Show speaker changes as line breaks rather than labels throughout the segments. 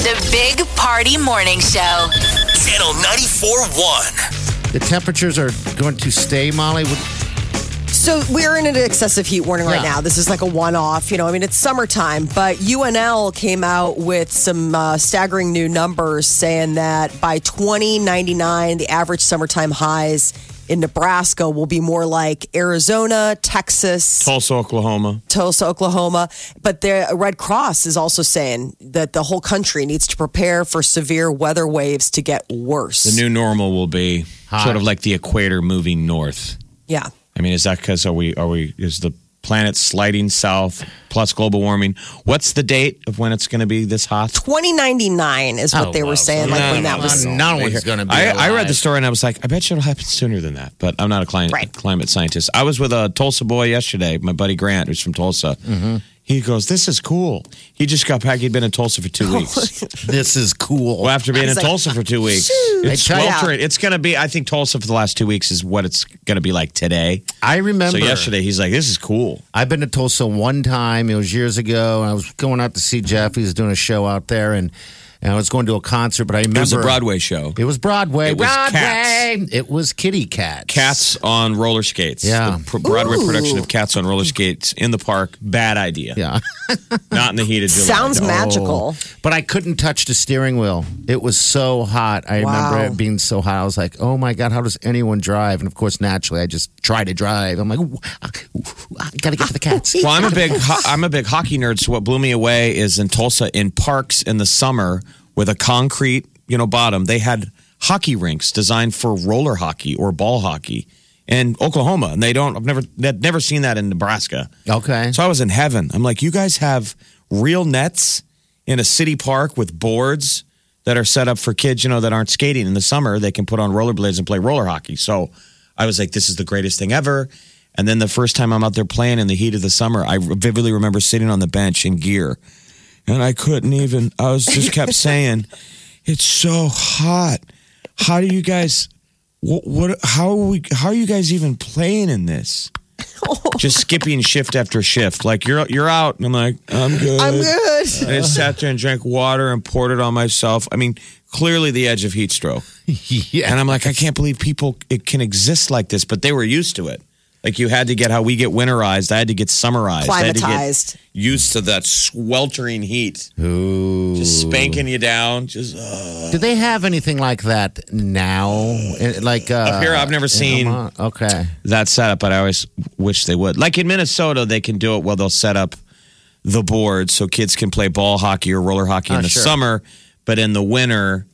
The Big Party Morning Show.
Channel 94.1.
The temperatures are going to stay, Molly. Would-
So we're in an excessive heat warning right
Yeah.
now. This is like a one-off. You know, I mean, it's summertime, but UNL came out with some uh, staggering new numbers saying that by 2099, the average summertime highs in Nebraska will be more like Arizona, Texas,
Tulsa, Oklahoma.
Tulsa, Oklahoma. But the Red Cross is also saying that the whole country needs to prepare for severe weather waves to get worse.
The new normal will be
Hot.
sort of like the equator moving north.
yeah.
I mean, is that because are we are we is the planet sliding south plus global warming? What's the date of when it's going to be this hot?
2099 is what
Oh,
they were
wow.
saying, like when that
no,
was
no, no one's going to be.
I, I read
alive.
the story and I was like, I bet you it'll happen sooner than that. But I'm not a climate
Right.
climate scientist. I was with a Tulsa boy yesterday, my buddy Grant, who's from Tulsa.
Mm-hmm.
He goes, "This is cool." He just got back. He'd been in Tulsa for two
Oh,
weeks.
This is cool.
Well, after being in
He's like,
Tulsa for two weeks, it's
I tell you-
sweltering. It's going to be. I think Tulsa for the last two weeks is what it's going to be like today.
I remember.
So yesterday, he's like, "This is cool."
I've been to Tulsa one time. It was years ago, and I was going out to see Jeff. He was doing a show out there, and, and I was going to a concert. But I remember
It was a Broadway show.
It was Broadway.
It was
Broadway.
Cats.
It was Kitty Cats.
Cats on roller skates.
Yeah.
The pr- Broadway production of Cats on roller skates in the park. Bad idea.
Yeah.
Not in the heat of July.
Sounds
No.
magical.
But I couldn't touch the steering wheel. It was so hot. I
Wow.
remember it being so hot. I was like, oh my God, how does anyone drive? And of course, naturally, I just try to drive. I'm like, ooh, ah, ooh, ah, gotta get to the cats.
Well, I'm a big ho- I'm a big hockey nerd. So what blew me away is in Tulsa, in parks in the summer with a concrete you know bottom, they had hockey rinks designed for roller hockey or ball hockey in Oklahoma, and they don't. I've never I've never seen that in Nebraska.
Okay.
So I was in heaven. I'm like, you guys have real nets in a city park with boards that are set up for kids, you know, that aren't skating in the summer. They can put on rollerblades and play roller hockey. So I was like, this is the greatest thing ever. And then the first time I'm out there playing in the heat of the summer, I vividly remember sitting on the bench in gear and I couldn't even, I was just kept saying, it's so hot. How do you guys, what, what, how are we, how are you guys even playing in this? just skipping shift after shift. Like you're you're out, and I'm like, I'm good.
I'm good.
And I sat there and drank water and poured it on myself. I mean, clearly the edge of heat stroke.
yeah.
And I'm like, I can't believe people it can exist like this, but they were used to it. Like you had to get how we get winterized. I had to get summarized. I had to
Climatized.
get used to that sweltering heat,
Ooh.
just spanking you down. Just uh.
Do they have anything like that now? Eh, Like uh,
Up here, I've never
in
seen-
Vermont? Okay.
that setup, but I always wish they would. Like in Minnesota, they can do it well. They'll set up the board so kids can play ball hockey or roller hockey in
Oh,
the
sure.
summer, but in the winter,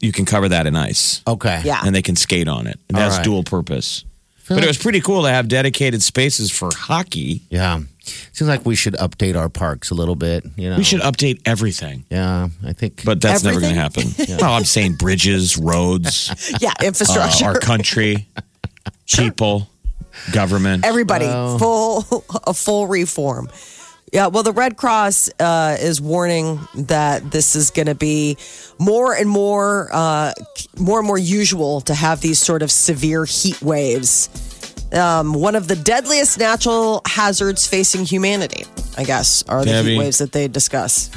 you can cover that in ice
Okay.
Yeah.
and they can skate on it. And that's
All right.
dual purpose. But it was pretty cool to have dedicated spaces for hockey.
Yeah. Seems like we should update our parks a little bit. You know.
We should update everything,
Yeah, I think.
but that's never going
Everything?
to happen. Well, I'm saying bridges, roads,
Yeah,
uh,
infrastructure.
our country, people, government.
Everybody, full a full reform. Yeah, well, the Red Cross uh, is warning that this is going to be more and more, uh, more and more usual to have these sort of severe heat waves. Um, one of the deadliest natural hazards facing humanity, I guess, are the
Debbie.
heat waves that they discuss.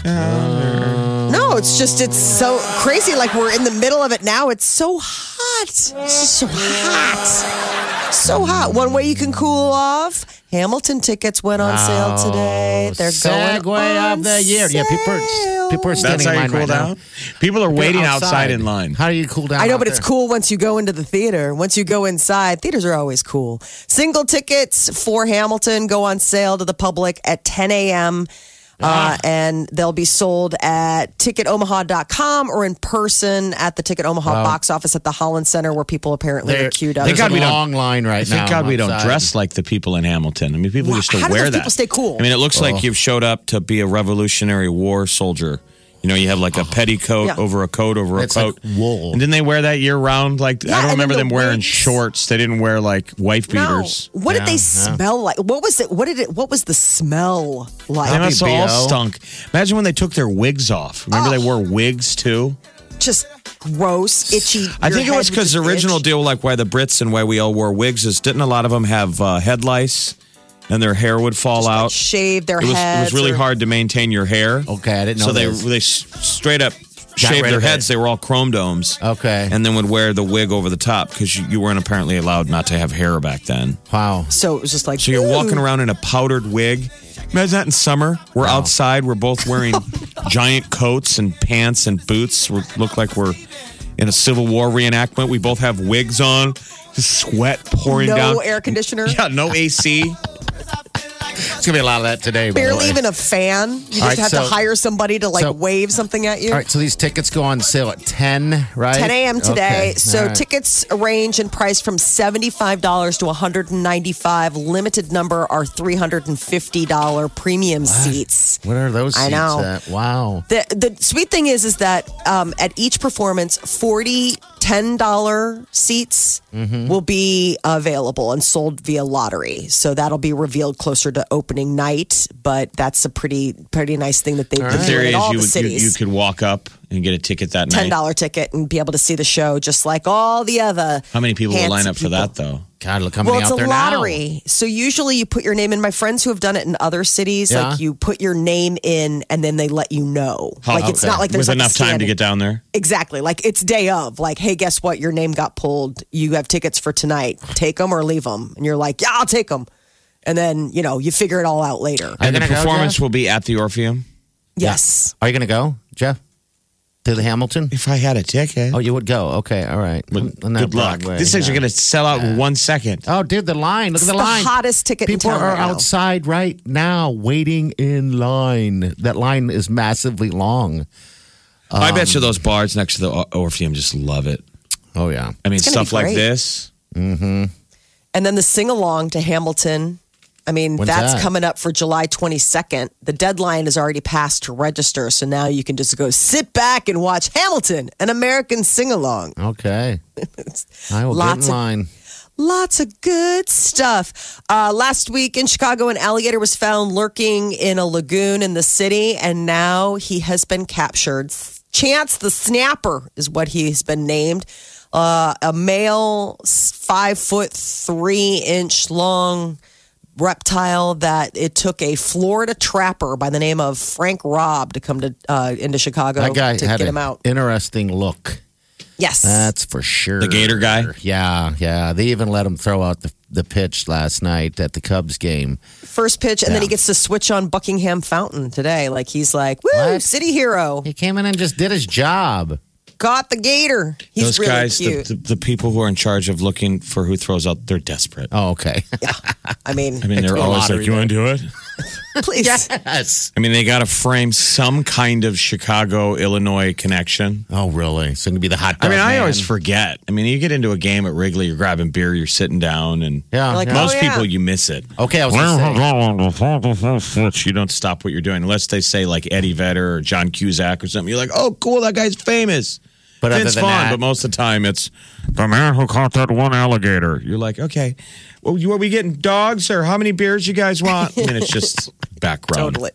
No, it's just it's so crazy. Like we're in the middle of it now. It's so hot, so hot, so hot. One way you can cool off. Hamilton tickets went on sale today. They're
Segway
going on
of the year. Yeah, people
sale.
are people are
That's
standing
how
in
you
line
cool
right now.
down. People are waiting
You're
outside. in line.
How do you cool down?
I know,
out
but it's
there?
cool once you go into the theater. Once you go inside, theaters are always cool. Single tickets for Hamilton go on sale to the public at 10 a.m.
Ah.
Uh, and they'll be sold at ticketomaha.com or in person at the Ticket Omaha box office at the Holland Center where people apparently
There-
are queued up.
There's
Thank God
a
we don't-
long line right now.
Thank God we don't
outside.
dress like the people in Hamilton. I mean, people
Wha-
used to
how do
wear
those
that.
Oh.
people stay cool?
I mean, it looks like you've showed up to be a Revolutionary War soldier. You know, you have like a petticoat
Yeah.
over a coat over
Oh. It's
a
like
coat.
wool.
And didn't they wear that year round? Like
Yeah, and
I don't remember
then
them
the
wearing
wigs.
shorts. They didn't wear like wife beaters.
No. What
Yeah.
did they smell like? What was it? What did it? What was the smell like?
They must have all
BBO.
stunk. Imagine when they took their wigs off. Remember
Oh.
they wore wigs too?
just gross, itchy.
I
your
think it was
head would
because the
just
original
itch.
deal, like why the Brits and why we all wore wigs, is didn't a lot of them have uh, head lice and their hair would fall
Like,
out?
shave their
it was, it
heads.
was really
or-
hard to maintain your hair.
Okay, I didn't
So
know
they
this.
they s- straight up shaved
rid
their
of it.
heads. They were all chrome domes.
Okay.
and then would wear the wig over the top because you, you weren't apparently allowed not to have hair back then.
Wow.
So it was just like
So you're
ooh.
walking around in a powdered wig. Imagine that in summer. We're outside. We're both wearing giant coats and pants and boots. We look like we're in a Civil War reenactment. We both have wigs on. The sweat pouring
No
down.
air conditioner.
yeah, no AC.
It's gonna be a lot of that today. by the
Barely
way.
even a fan. You just
All right,
have to
so-
hire somebody to like
so-
wave something at you.
All right, so these tickets go on sale at ten, right?
10 a.m. today.
Okay,
So
all right.
tickets range in price from $75 to $195. Limited number are $350 premium seats.
What are those?
I
seats
know.
At? Wow.
The, the sweet thing is is that um, at each performance 40 $10 seats
Mm-hmm.
will be available and sold via lottery so that'll be revealed closer to opening night but that's a pretty pretty nice thing that they've been
The
doing
theory
in
is
all the
you, would, you,
cities
you could walk up and get a ticket that
Ten
night.
dollar ticket and be able to see the show just like all the other.
How many people will
fancy
line up for
people.
that though?
God, look how many
Well, it's
out
a
there
lottery. So usually you put your name in. My friends who have done it in other cities, like
Yeah.
you put your name in and then they let you know. like it's
okay.
not like there's
with
like a
enough time to
standing-
get down there.
Exactly. Like it's day of. Like, hey, guess what? Your name got pulled. You have tickets for tonight. Take them or leave them. And you're like, yeah, I'll take them. And then you know you figure it all out later.
Are you
And the
gonna go,
performance
Jeff?
will be at the Orpheum.
yes.
Are you gonna go, Jeff? To the Hamilton?
If I had a ticket.
Oh, you would go. Okay, all right. On that
Good luck.
Broadway,
These things are
yeah.
going to sell out in one second.
Oh, dude, the line! Look at
It's
the,
the
line.
hottest ticket in
People
town
are
right now.
outside right now, waiting in line. That line is massively long.
I bet
Um,
you those bars next to the Or- Orpheum just love it.
Oh yeah.
I mean,
It's gonna
stuff
be
like
great.
this.
And then the sing along to Hamilton. I mean,
When's
that's
that?
coming up for July 22nd. The deadline is already passed to register. So now you can just go sit back and watch Hamilton, an American sing along.
Okay. I will
Lots
get
of-
in line.
Lots of good stuff. Uh, last week in Chicago, an alligator was found lurking in a lagoon in the city, and now he has been captured. Chance the Snapper is what he's been named. Uh, a male, s- five foot three inch long reptile that it took a Florida trapper by the name of Frank Robb to come to uh, into Chicago
that guy
to
had
get
an
him out.
interesting look.
Yes,
That's for sure.
The Gator guy?
Yeah, yeah. They even let him throw out the, the pitch last night at the Cubs game.
first pitch, and then he gets to switch on Buckingham Fountain today. Like he's like, woo,
What?
city hero,
He came in and just did his job.
got the gator. He's
those
really
guys, the,
cute.
the, the people who are in charge of looking for who throws out, they're desperate.
Oh, okay.
I mean,
I mean, they're
do a
always
lottery
like, "You want to do it?"
please.
yes.
I mean, they got to frame some kind of Chicago, Illinois connection.
Oh, really? So going to be the hot
Oh,
I
dog.
mean, I
man.
always forget. I mean, you get into a game at Wrigley, you're grabbing beer, you're sitting down, and
Yeah.
Like,
yeah.
oh,
most
yeah. Oh,
people you miss it.
okay, I was going to say.
you don't stop what you're doing unless they say like Eddie Vedder or John Cusack or something. You're like, oh, cool, that guy's famous.
But
But
other
it's
than
fun,
that-
but most of the time it's the man who caught that one alligator. You're like, okay, well, you, are we getting dogs or how many beers you guys want? And it's just background.
Totally.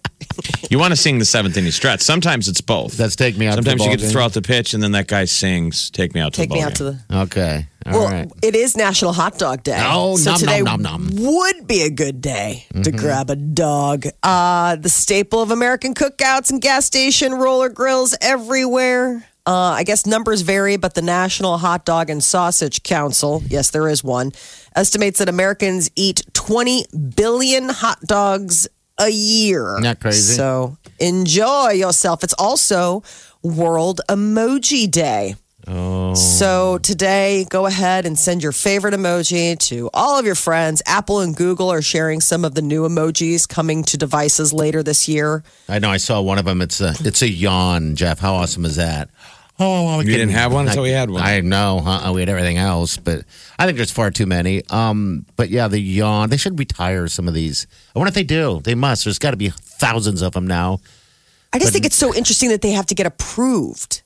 You want to sing the seventh inning stretch. Sometimes it's both.
That's take me out to the
Sometimes you
ball
get to
game.
throw out the pitch, and then that guy sings, "Take me out to
Take
the ball
me out
game."
to the.
Okay. all right.
Well, it is National Hot Dog Day.
Oh,
so
nom,
today
nom, nom, Mm-hmm. nom.
would be a good day to grab a dog. Uh, the staple of American cookouts and gas station roller grills everywhere. Uh, I guess numbers vary, but the National Hot Dog and Sausage Council, yes, there is one, estimates that Americans eat 20 billion hot dogs a year.
Isn't that crazy?
So enjoy yourself. It's also World Emoji Day. So today, go ahead and send your favorite emoji to all of your friends. Apple and Google are sharing some of the new emojis coming to devices later this year.
I know. I saw one of them. It's a it's a yawn, Jeff. How awesome is that? Oh, well, we
You didn't have one
I,
until we had one.
I know. Huh? Oh, We had everything else, but I think there's far too many. Um, but yeah, the yawn. They should retire some of these. I wonder if they do. They must. There's got to be thousands of them now.
I just think it's so interesting that they have to get approved.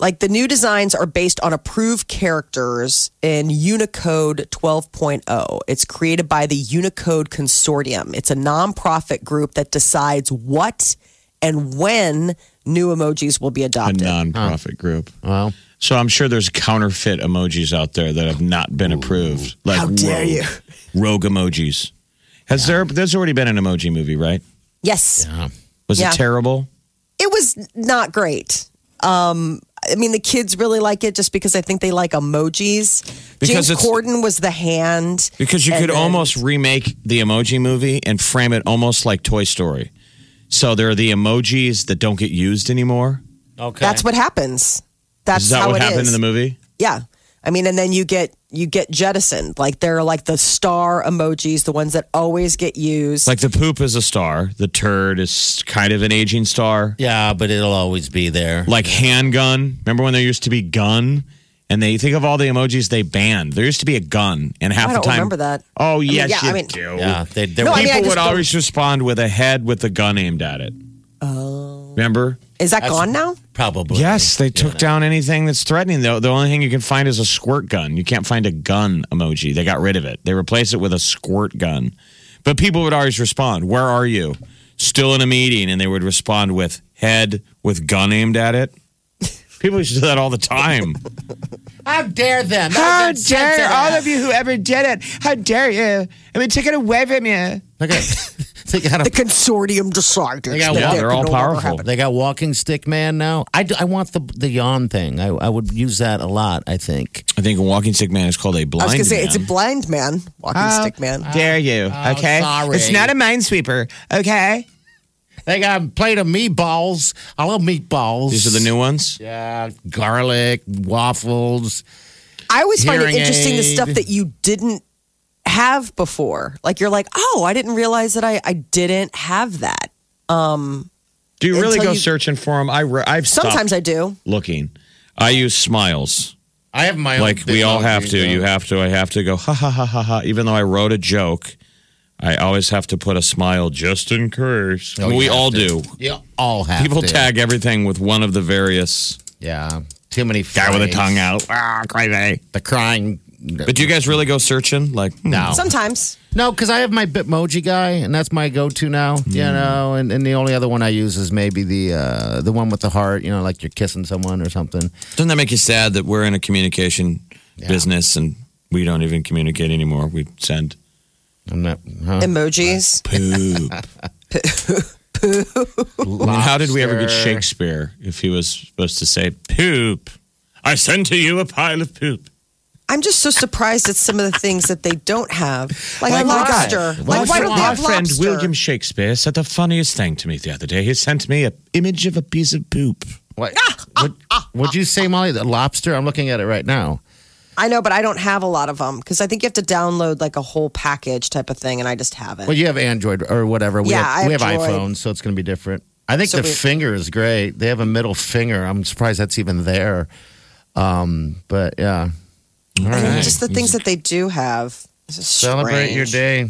Like the new designs are based on approved characters in Unicode 12.0. It's created by the Unicode Consortium. It's a nonprofit group that decides what and when new emojis will be
a
adopted.
nonprofit group.
Well,
So I'm sure there's counterfeit emojis out there that have not been approved. Like
How dare
rogue,
you.
Rogue emojis. Has there? There's already been an emoji movie, right?
Yes.
Was
Yeah.
it terrible?
It was not great. Um, I mean, the kids really like it just because I think they like emojis.
Because
James
it's-
Corden was the hand.
Because you
and
could
then-
almost remake the emoji movie and frame it almost like Toy Story. So there are the emojis that don't get used anymore.
okay.
That's what happens. That's
Is that
how
what
it
happened
is.
in the movie?
Yeah. I mean, and then you get you get jettisoned. Like they're like the star emojis, the ones that always get used.
Like the poop is a star, the turd is kind of an aging star.
yeah, but it'll always be there.
Like handgun. Remember when there used to be gun? And they think of all the emojis they banned. There used to be a gun, and half
I
the
don't
time.
remember that.
Oh
mean,
yes,
yeah,
you
I mean-
do.
Yeah, they, they
No,
were-
I mean,
People
just
would
don't-
always respond with a head with a gun aimed at it. Oh, remember?
Is that gone now?
probably.
Yes, they took down anything that's threatening. Though the only thing you can find is a squirt gun. You can't find a gun emoji. They got rid of it. They replaced it with a squirt gun. But people would always respond, "Where are you?" Still in a meeting, and they would respond with head with gun aimed at it. People used to do that all the time.
How dare them?
of you who ever did it? How dare you? I mean, take it away from you.
Okay. they got
The
a,
consortium decided.
They got
that
one.
there
They're all
could no longer
powerful.
happen.
they got walking stick man now. I, do- I want the the yawn thing. I, I would use that a lot. I think.
I think a walking stick man is called a blind.
I was gonna say
man.
it's a blind man walking stick man.
Dare you? okay,
sorry. It's not
a minesweeper. Okay,
They got a plate of meatballs. I love meatballs.
these are the new ones.
Yeah, garlic waffles.
I always find it
Hearing
interesting the stuff
aid.
that you didn't have before. Like you're like, oh, I didn't realize that I I didn't have that. Um,
Do you really
Until
go
you-
searching for them? I re- I've
sometimes
stopped
I do.
looking. I use smiles
I have my own.
like we all have to.
technology,
You
though.
have to. I have to go ha ha ha ha ha. Even though I wrote a joke, I always have to put a smile just in case.
Oh, you
we
have
all
to.
do.
You all have
People
to.
tag everything with one of the various
Yeah, too many.
guy with a
phrase.
tongue out. Ah, crazy.
The crying.
But do you guys really go searching? Like no.
Sometimes
No, because I have my Bitmoji guy, and that's my go-to now. You know, and, and the only other one I use is maybe the uh, the one with the heart. You know, like you're kissing someone or something.
Doesn't that make you sad that we're in a communication business and we don't even communicate anymore? We send
I'm not. Huh?
emojis.
poop. I mean, how did we ever get
Lobster.
Shakespeare if he was supposed to say poop? I send to you a pile of poop.
I'm just so surprised at some of the things that they don't have, like, a
why?
lobster.
Why
Like why don't they
My
have
friend
lobster?
William Shakespeare said the funniest thing to me the other day. He sent me an image of a piece of poop.
What,
Ah,
what, would you say, Molly? The lobster? I'm looking at it right now.
I know, but I don't have a lot of them because I think you have to download like a whole package type of thing, and I just haven't.
Well, you have Android or whatever. We
Yeah,
have,
I have
we have
Droid.
iPhones, so it's going to be different. I think
So
the
we-
finger is great. They have a middle finger. I'm surprised that's even there. Um, but yeah,
I mean, Just the things that they do have. This is
celebrate
strange.
your day.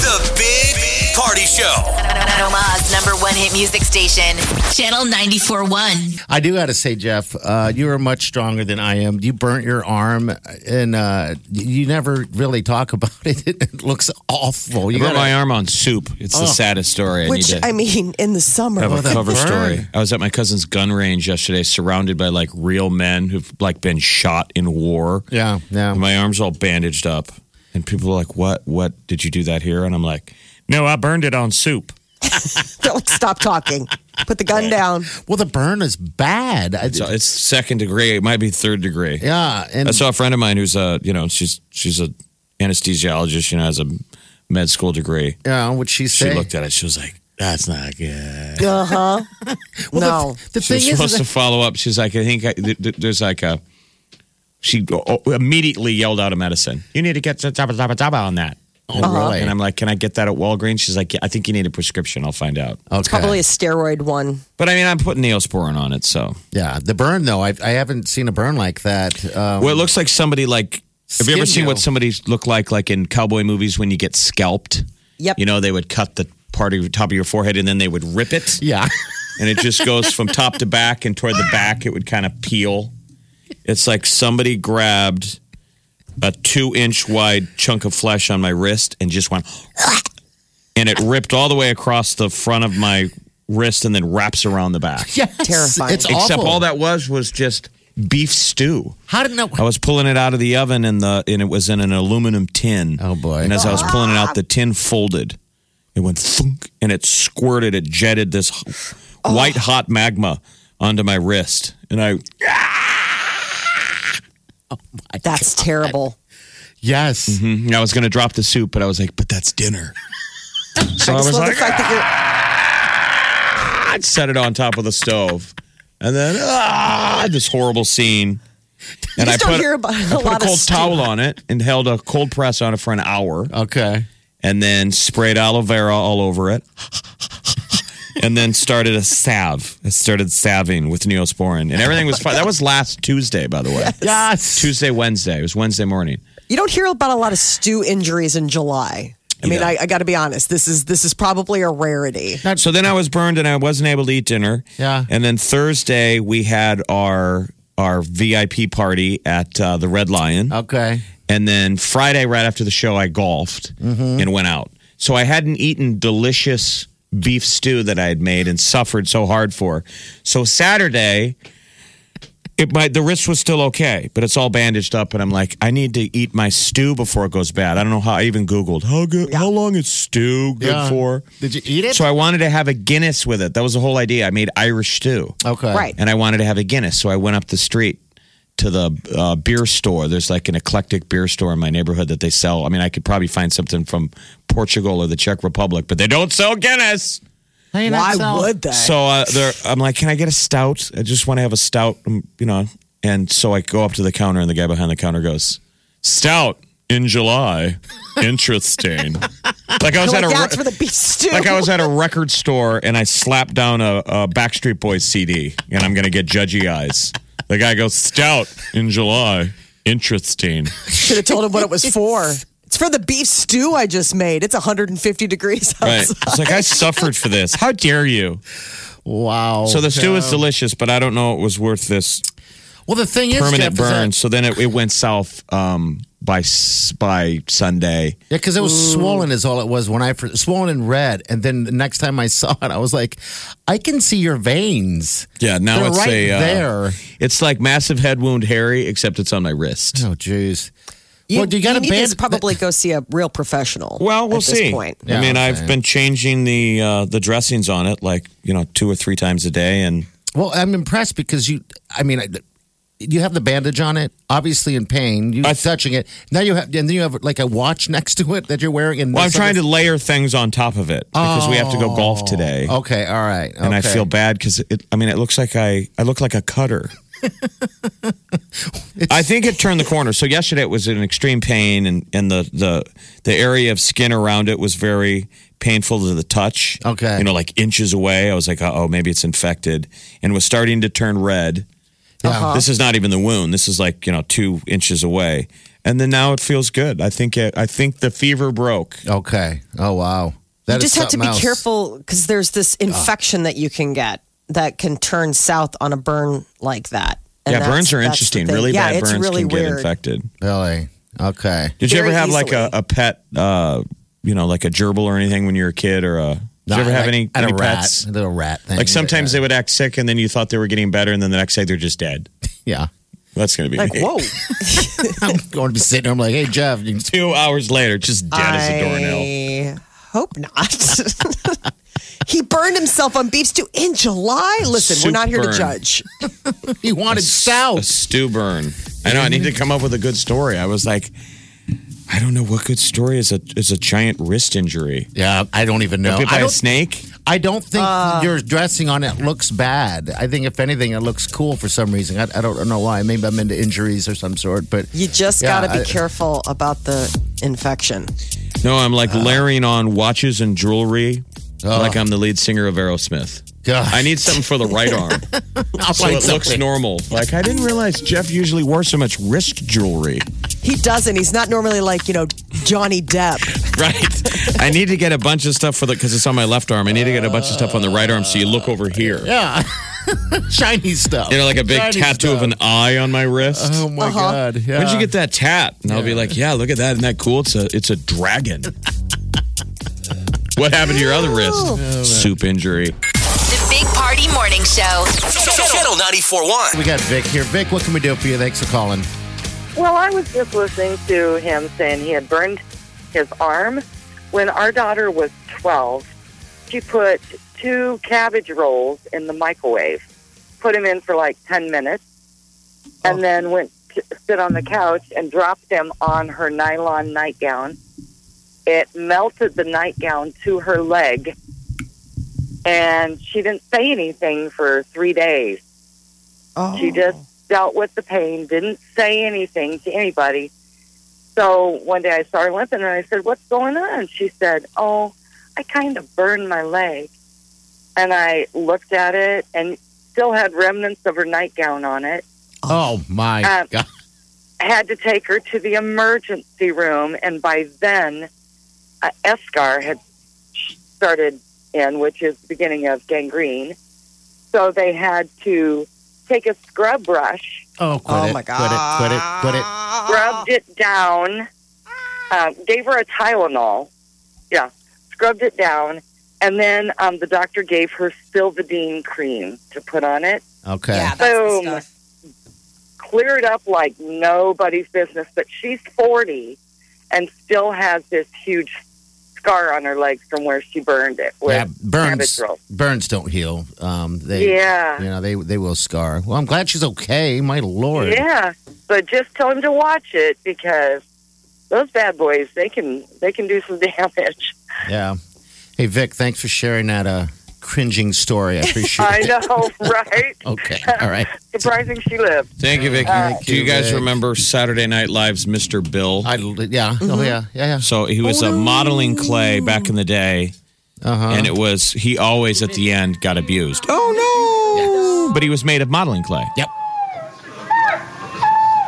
The Big Party Show.
Omaha's number one hit music station, Channel 94.1.
I do got to say, Jeff, uh, you are much stronger than I am. You burnt your arm, and uh, you never really talk about it. It looks awful. You
I burnt
gotta-
my arm on soup. It's the saddest story. I
Which
need to
I mean, in the summer,
have a
that
cover
burn.
story. I was at my cousin's gun range yesterday, surrounded by like real men who've like been shot in war.
Yeah, yeah.
And my arms all bandaged up, and people are like, "What? What did you do that here?" And I'm like, "No, I burned it on soup."
don't stop talking. Put the gun down.
well, the burn is bad. I,
So it's second degree. It might be third degree.
yeah, and
I saw a friend of mine who's a you know she's she's a anesthesiologist. You know, has a med school degree.
yeah, what she
She
said.
looked at it. She was like, "That's not good."
Uh huh. no.
the
She
thing
was
is,
supposed
that-
to follow up. She's like, I think I, th- th- there's like a. She o- o- immediately yelled out of medicine. You need to get the tabba tabba tabba on that.
oh, really?
And I'm like, can I get that at Walgreens? She's like, yeah, I think you need a prescription. I'll find out.
okay.
Probably a steroid one.
But I mean, I'm putting Neosporin on it, so.
Yeah, the burn though. I I haven't seen a burn like that. Um,
Well, it looks like somebody like. Have you ever
Skin
seen what
deal.
somebody look like, like in cowboy movies when you get scalped?
Yep.
You know, they would cut the part of your top of your forehead, and then they would rip it,
Yeah.
and it just goes from top to back, and toward the back, it would kind of peel. It's like somebody grabbed a two-inch wide chunk of flesh on my wrist and just went, and it ripped all the way across the front of my wrist, and then wraps around the back.
Yes.
Terrifying.
It's awful.
Except all that was was just beef stew.
How did no?
I was pulling it out of the oven and the and it was in an aluminum tin.
Oh, boy.
And as I was pulling it out, the tin folded. It went thunk and it squirted. It jetted this h- white hot magma onto my wrist, and I
That's terrible.
Yes.
and mm-hmm, I was going to drop the soup, but I was like, "But that's dinner." so I
I just
was
love the
like, "Ah."
fact that you're.
"I'd set it on top of the stove," and then ah, this horrible scene. And
You
I
just don't
put,
hear about
I
a
put
lot
a
of
cold
stew.
towel on it and held a cold press on it for an hour.
Okay.
and then sprayed aloe vera all over it. and then started a salve. I started salving with neosporin, and everything was fine. That was last Tuesday, by the way.
Yes.
Tuesday, Wednesday. It was Wednesday morning.
You don't hear about a lot of stew injuries in July. I mean, I, I got to be honest. This is this is probably a rarity.
So then I was burned, and I wasn't able to eat dinner.
Yeah.
And then Thursday we had our our VIP party at uh, the Red Lion.
Okay.
And then Friday, right after the show, I golfed
Mm-hmm.
and went out. So I hadn't eaten delicious beef stew that I had made and suffered so hard for. So Saturday, it might the wrist was still okay, but it's all bandaged up, and I'm like, I need to eat my stew before it goes bad. I don't know how. I even Googled how good, how long is stew good
Yeah.
for.
Did you eat it?
So I wanted to have a Guinness with it. That was the whole idea. I made Irish stew
okay.
Right.
and I wanted to have a Guinness. So I went up the street to the uh, beer store. There's like an eclectic beer store in my neighborhood that they sell. I mean, I could probably find something from Portugal or the Czech Republic, but they don't sell Guinness.
Why would they?
So uh, they're- I'm like, can I get a stout? I just want to have a stout, um, you know. And so I go up to the counter, and the guy behind the counter goes, "Stout in July, interesting." like I was
You're
at a
like, yeah,
re-
it's for the beef stew.
like I was at a record store and I slapped down a, a Backstreet Boys CD and I'm gonna get judgy eyes. The guy goes stout in July. Interesting.
Should have told him what it was for. It's for the beef stew I just made. It's 150 degrees
Right.
outside.
It's like I suffered for this. How dare you?
Wow.
So the stew is delicious, but I don't know it was worth this
well, the thing is,
permanent
Jeff, is that-
burn. So then it, it went south um, by s- by Sunday.
Yeah, because it was swollen is all it was when I first, swollen and red, and then the next time I saw it, I was like, I can see your veins.
Yeah. Now
They're
it's
right
a uh,
there.
It's like massive head wound Harry, except it's on my wrist.
Oh, jeez. Well, you got a
need
band?
to probably go see a real professional.
Well, we'll
at
see.
This point.
I
Yeah,
mean, I've
okay.
been changing the uh, the dressings on it like you know two or three times a day, and
Well, I'm impressed because you. I mean, I- you have the bandage on it, obviously in pain. You
I-
are touching it now. You have, and then you have like a watch next to it that you're wearing. And
well, I'm
this
trying to
other-
layer things on top of it because we have to go golf today,
Okay, all right.
and I
Oh, okay.
feel bad because it, I mean, it looks like I I look like a cutter. I think it turned the corner. So yesterday it was in extreme pain, and and the the the area of skin around it was very painful to the touch.
Okay.
you know, like inches away, I was like, oh, maybe it's infected, and was starting to turn red.
Yeah.
This is not even the wound. This is like you know two inches away, and then now it feels good. I think it, I think the fever broke.
Okay. Oh wow. That
you
is
just have to
something
be
else.
careful because there's this
Ah.
infection that you can get that can turn south on a burn like that. And
yeah,
that's-
burns are
that's the
interesting.
thing.
Really
yeah,
bad
it's
burns
really
can get
weird.
infected.
Really. Okay.
Did you
Very
ever have like a,
easily.
a pet, uh, you know, like a gerbil or anything when you were a kid, or a? Did you ever have
Like-
any,
and
any
a rat,
pets?
A little rat thing.
Like sometimes
yeah.
they would act sick, and then you thought they were getting better, and then the next day they're just dead.
Yeah.
That's gonna be
Like,
me.
whoa.
I'm going to be sitting there. I'm like, hey Jeff, you can
Two hours later, just dead as a doornail.
I hope not. he burned himself on beef stew in July. Listen, we're
Soup
not here
burn.
to judge.
he wanted
A
south.
stew burn. I know. I need to come up with a good story. I was like, I don't know what good story is a is a giant wrist injury.
Yeah, I don't even know.
Bit
I
by a
don't,
snake.
I don't think your dressing on it looks bad. I think if anything, it looks cool for some reason. I, I don't know why. Maybe I'm into injuries or some sort. But
You just
Yeah,
got to be
I-
careful about the infection.
No, I'm like
Ah.
layering on watches and jewelry, like I'm the lead singer of Aerosmith.
Gosh.
I need something for the right arm,
I'll
so
find
it looks
something.
normal. Like I didn't realize Jeff usually wore so much wrist jewelry.
He doesn't. He's not normally like, you know, Johnny Depp.
Right. I need to get a bunch of stuff for the because it's on my left arm. I need to get a bunch of stuff on the right arm. So you look over here.
Yeah. Shiny stuff.
You know, like a big
Shiny
tattoo of
stuff.
an eye on my wrist.
Oh my god! Yeah.
When'd you get that tat? And I'll be like, yeah, look at that. Isn't that cool? It's a it's a dragon. what happened to your other wrist?
Oh,
Soup injury.
The Big Party Morning Show.
Channel 941.
We got Vic here. Vic, what can we do for you? Thanks for calling.
Well, I was just listening to him saying he had burned his arm. When our daughter was 12, she put two cabbage rolls in the microwave, put them in for like 10 minutes, and then went to sit on the couch and dropped them on her nylon nightgown. It melted the nightgown to her leg, and she didn't say anything for three days.
Oh.
She just dealt with the pain, didn't say anything to anybody. So one day I saw her limping and I said, What's going on? She said, Oh, I kind of burned my leg. And I looked at it and still had remnants of her nightgown on it.
Oh my
Uh,
god!
I had to take her to the emergency room, and by then, uh, eschar had started in, which is the beginning of gangrene. So they had to take a scrub brush
Oh, quit
Oh
it,
my
Quit it! Quit it! Quit it!
scrubbed it down, um, gave her a Tylenol. Yeah, scrubbed it down, and then um, the doctor gave her Silvadine cream to put on it.
Okay.
Yeah, that's the
Boom.
stuff.
Cleared up like nobody's business, but she's 40 and still has this huge scar on her leg from where she burned it. With
Yeah, burns
cabbage rolls.
burns don't heal. Um, they,
Yeah.
you know they they will scar. Well, I'm glad she's okay. My lord.
Yeah, but just tell him to watch it because those bad boys they can they can do some damage.
Yeah. Hey Vic, thanks for sharing that uh, cringing story. I appreciate
I
it.
know, right?
Okay. All right.
Surprising she lived.
Thank you, Vicky.
Thank
Do you
you,
guys
Vic.
remember Saturday Night Live's Mr. Bill?
I yeah.
Mm-hmm.
Oh yeah. Yeah.
So he was a modeling clay back in the day,
yeah. Uh huh.
and it was he always at the end got abused.
Oh
But he was made of modeling clay.
Yep.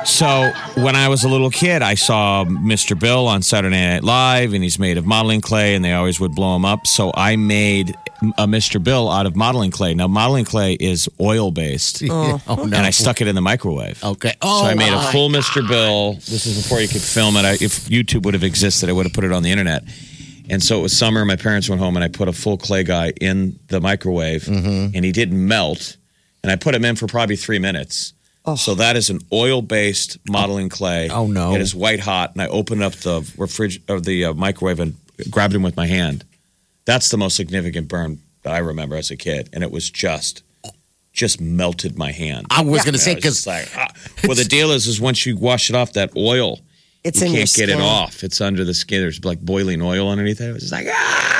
So when I was a little kid, I saw Mr. Bill on Saturday Night Live, and he's made of modeling clay, and they always would blow him up. So I made a Mr. Bill out of modeling clay. Now modeling clay is oil based,
Oh, no.
and I stuck it in the microwave.
Okay. Oh,
So I made a
my.
full Mr. Bill. This is before you could film it. I, if YouTube would have existed, I would have put it on the internet. And so it was summer. My parents went home, and I put a full clay guy in the microwave,
Mm-hmm.
and he didn't melt. And I put him in for probably three minutes. So that is an oil-based modeling clay.
Oh, no.
It is white hot, and I opened up the refrig- or the uh, microwave and grabbed him with my hand. That's the most significant burn that I remember as a kid, and it was just, just melted my hand.
I was gonna say
I was just
because
like, ah. well, the deal is, is once you wash it off, that oil
It's
you
in your
can't get it
skin.
off. It's under the skin. There's like boiling oil underneath it. It's just like ah.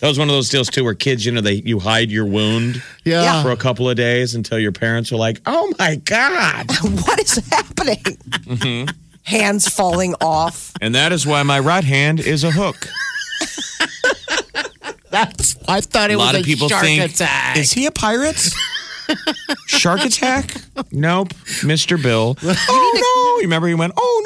That was one of those deals too, where kids, you know, they you hide your wound
yeah.
for a couple of days until your parents are like, "Oh my god!"
no! What is happening?
Mm-hmm.
Hands falling off.
And that is why my right hand is a hook.
That's. I thought it
a lot
was
of people
shark
think,
attack.
"Is he a pirate?" shark attack? Nope, Mister Bill. oh no! You remember he went, "Oh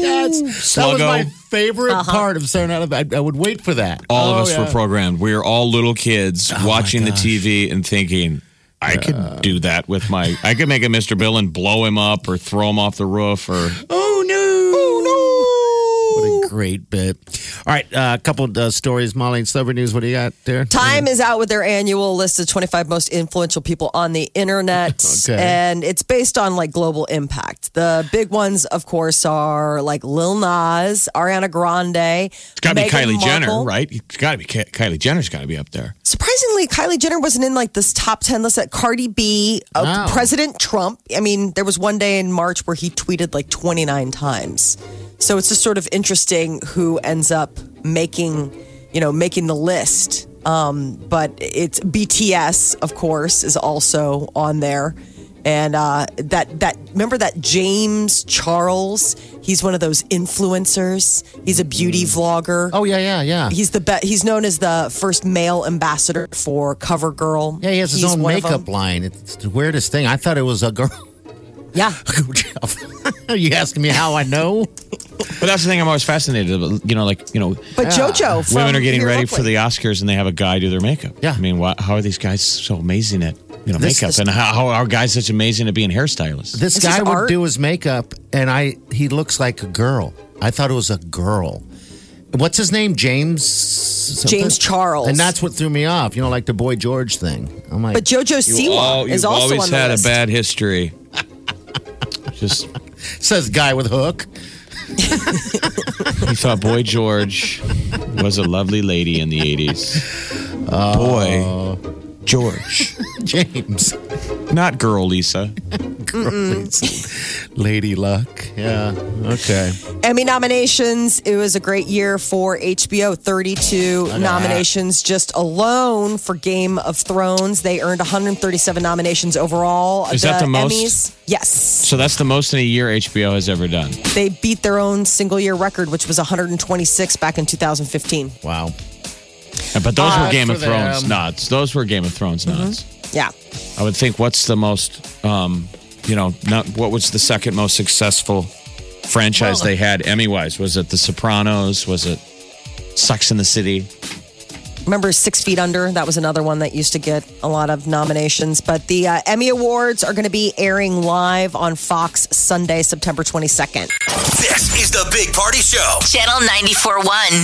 no!"
That's, that was
Sluggo.
my
Uh-huh.
favorite part of Saturday Night Live. I, I would wait for that.
all
Oh,
of us
yeah.
were programmed. We were all little kids watching the TV and thinking, I could do that with my, I could make a Mr. Bill and blow him up or throw him off the roof or.
Oh no! Oh no! What a great bit. All right, uh, a couple of uh, stories, Molly and Silver News. What do you got there?
Mm-hmm.
Time is out with their annual list of 25 most influential people on the internet.
Okay.
And it's based on like global impact. The big ones, of course, are like Lil Nas, Ariana Grande. It's
It's got to be Kylie Jenner, right? It's got to be Ki- Kylie Jenner's got to be up there.
Surprisingly, Kylie Jenner wasn't in like this top 10 list that Cardi B, uh,
Wow.
President Trump. I mean, there was one day in March where he tweeted like 29 times. So it's just sort of interesting who ends up making, you know, making the list. Um, but it's BTS, of course, is also on there. And uh, that that remember that James Charles, he's one of those influencers. He's a beauty vlogger.
Oh yeah, yeah, yeah.
He's the be- he's known as the first male ambassador for CoverGirl.
yeah, he has his
He's
own
one of
makeup
them.
line. It's the weirdest thing. I thought it was a girl.
Yeah.
Go, Jeff. Are you asking me how I know?
But that's the thing I'm always fascinated about. You know, like you know,
But JoJo, from
women are getting
Here
ready
Locally.
for the Oscars and they have a guy do their makeup.
Yeah.
I mean, why, how are these guys so amazing at you know
This-
makeup
this-
and how, how are guys such amazing at being hairstylists?
This
This
guy
is
would
art.
do his makeup, and I he looks like a girl. I thought it was a girl. What's his name? James. something?
James Charles.
And that's what threw me off. You know, like the boy George thing. I'm like,
But JoJo Siwa is also on the list.
history. Just
says guy with hook.
he thought Boy George was a lovely lady in the '80s. Boy George,
James.
not girl Lisa.
Girlies. Lady Luck. Yeah. Okay.
Emmy nominations. It was a great year for HBO. 32 nominations just alone for Game of Thrones. They earned 137 nominations overall.
Is that the most?
Emmys, yes.
So that's the most in a year HBO has ever done.
They beat their own single year record, which was 126 back in 2015.
Wow.
But those
Ah,
were Game
for
of Thrones
them.
nuts. Those were Game of Thrones nuts.
Yeah.
I would think what's the most, um, you know, not what was the second most successful franchise they had Emmy wise? Was it The Sopranos? Was it Sex in the City?
Remember Six Feet Under? That was another one that used to get a lot of nominations. But the uh, Emmy Awards are going to be airing live on Fox Sunday, September 22nd.
This is the Big Party Show.
Channel 94.1.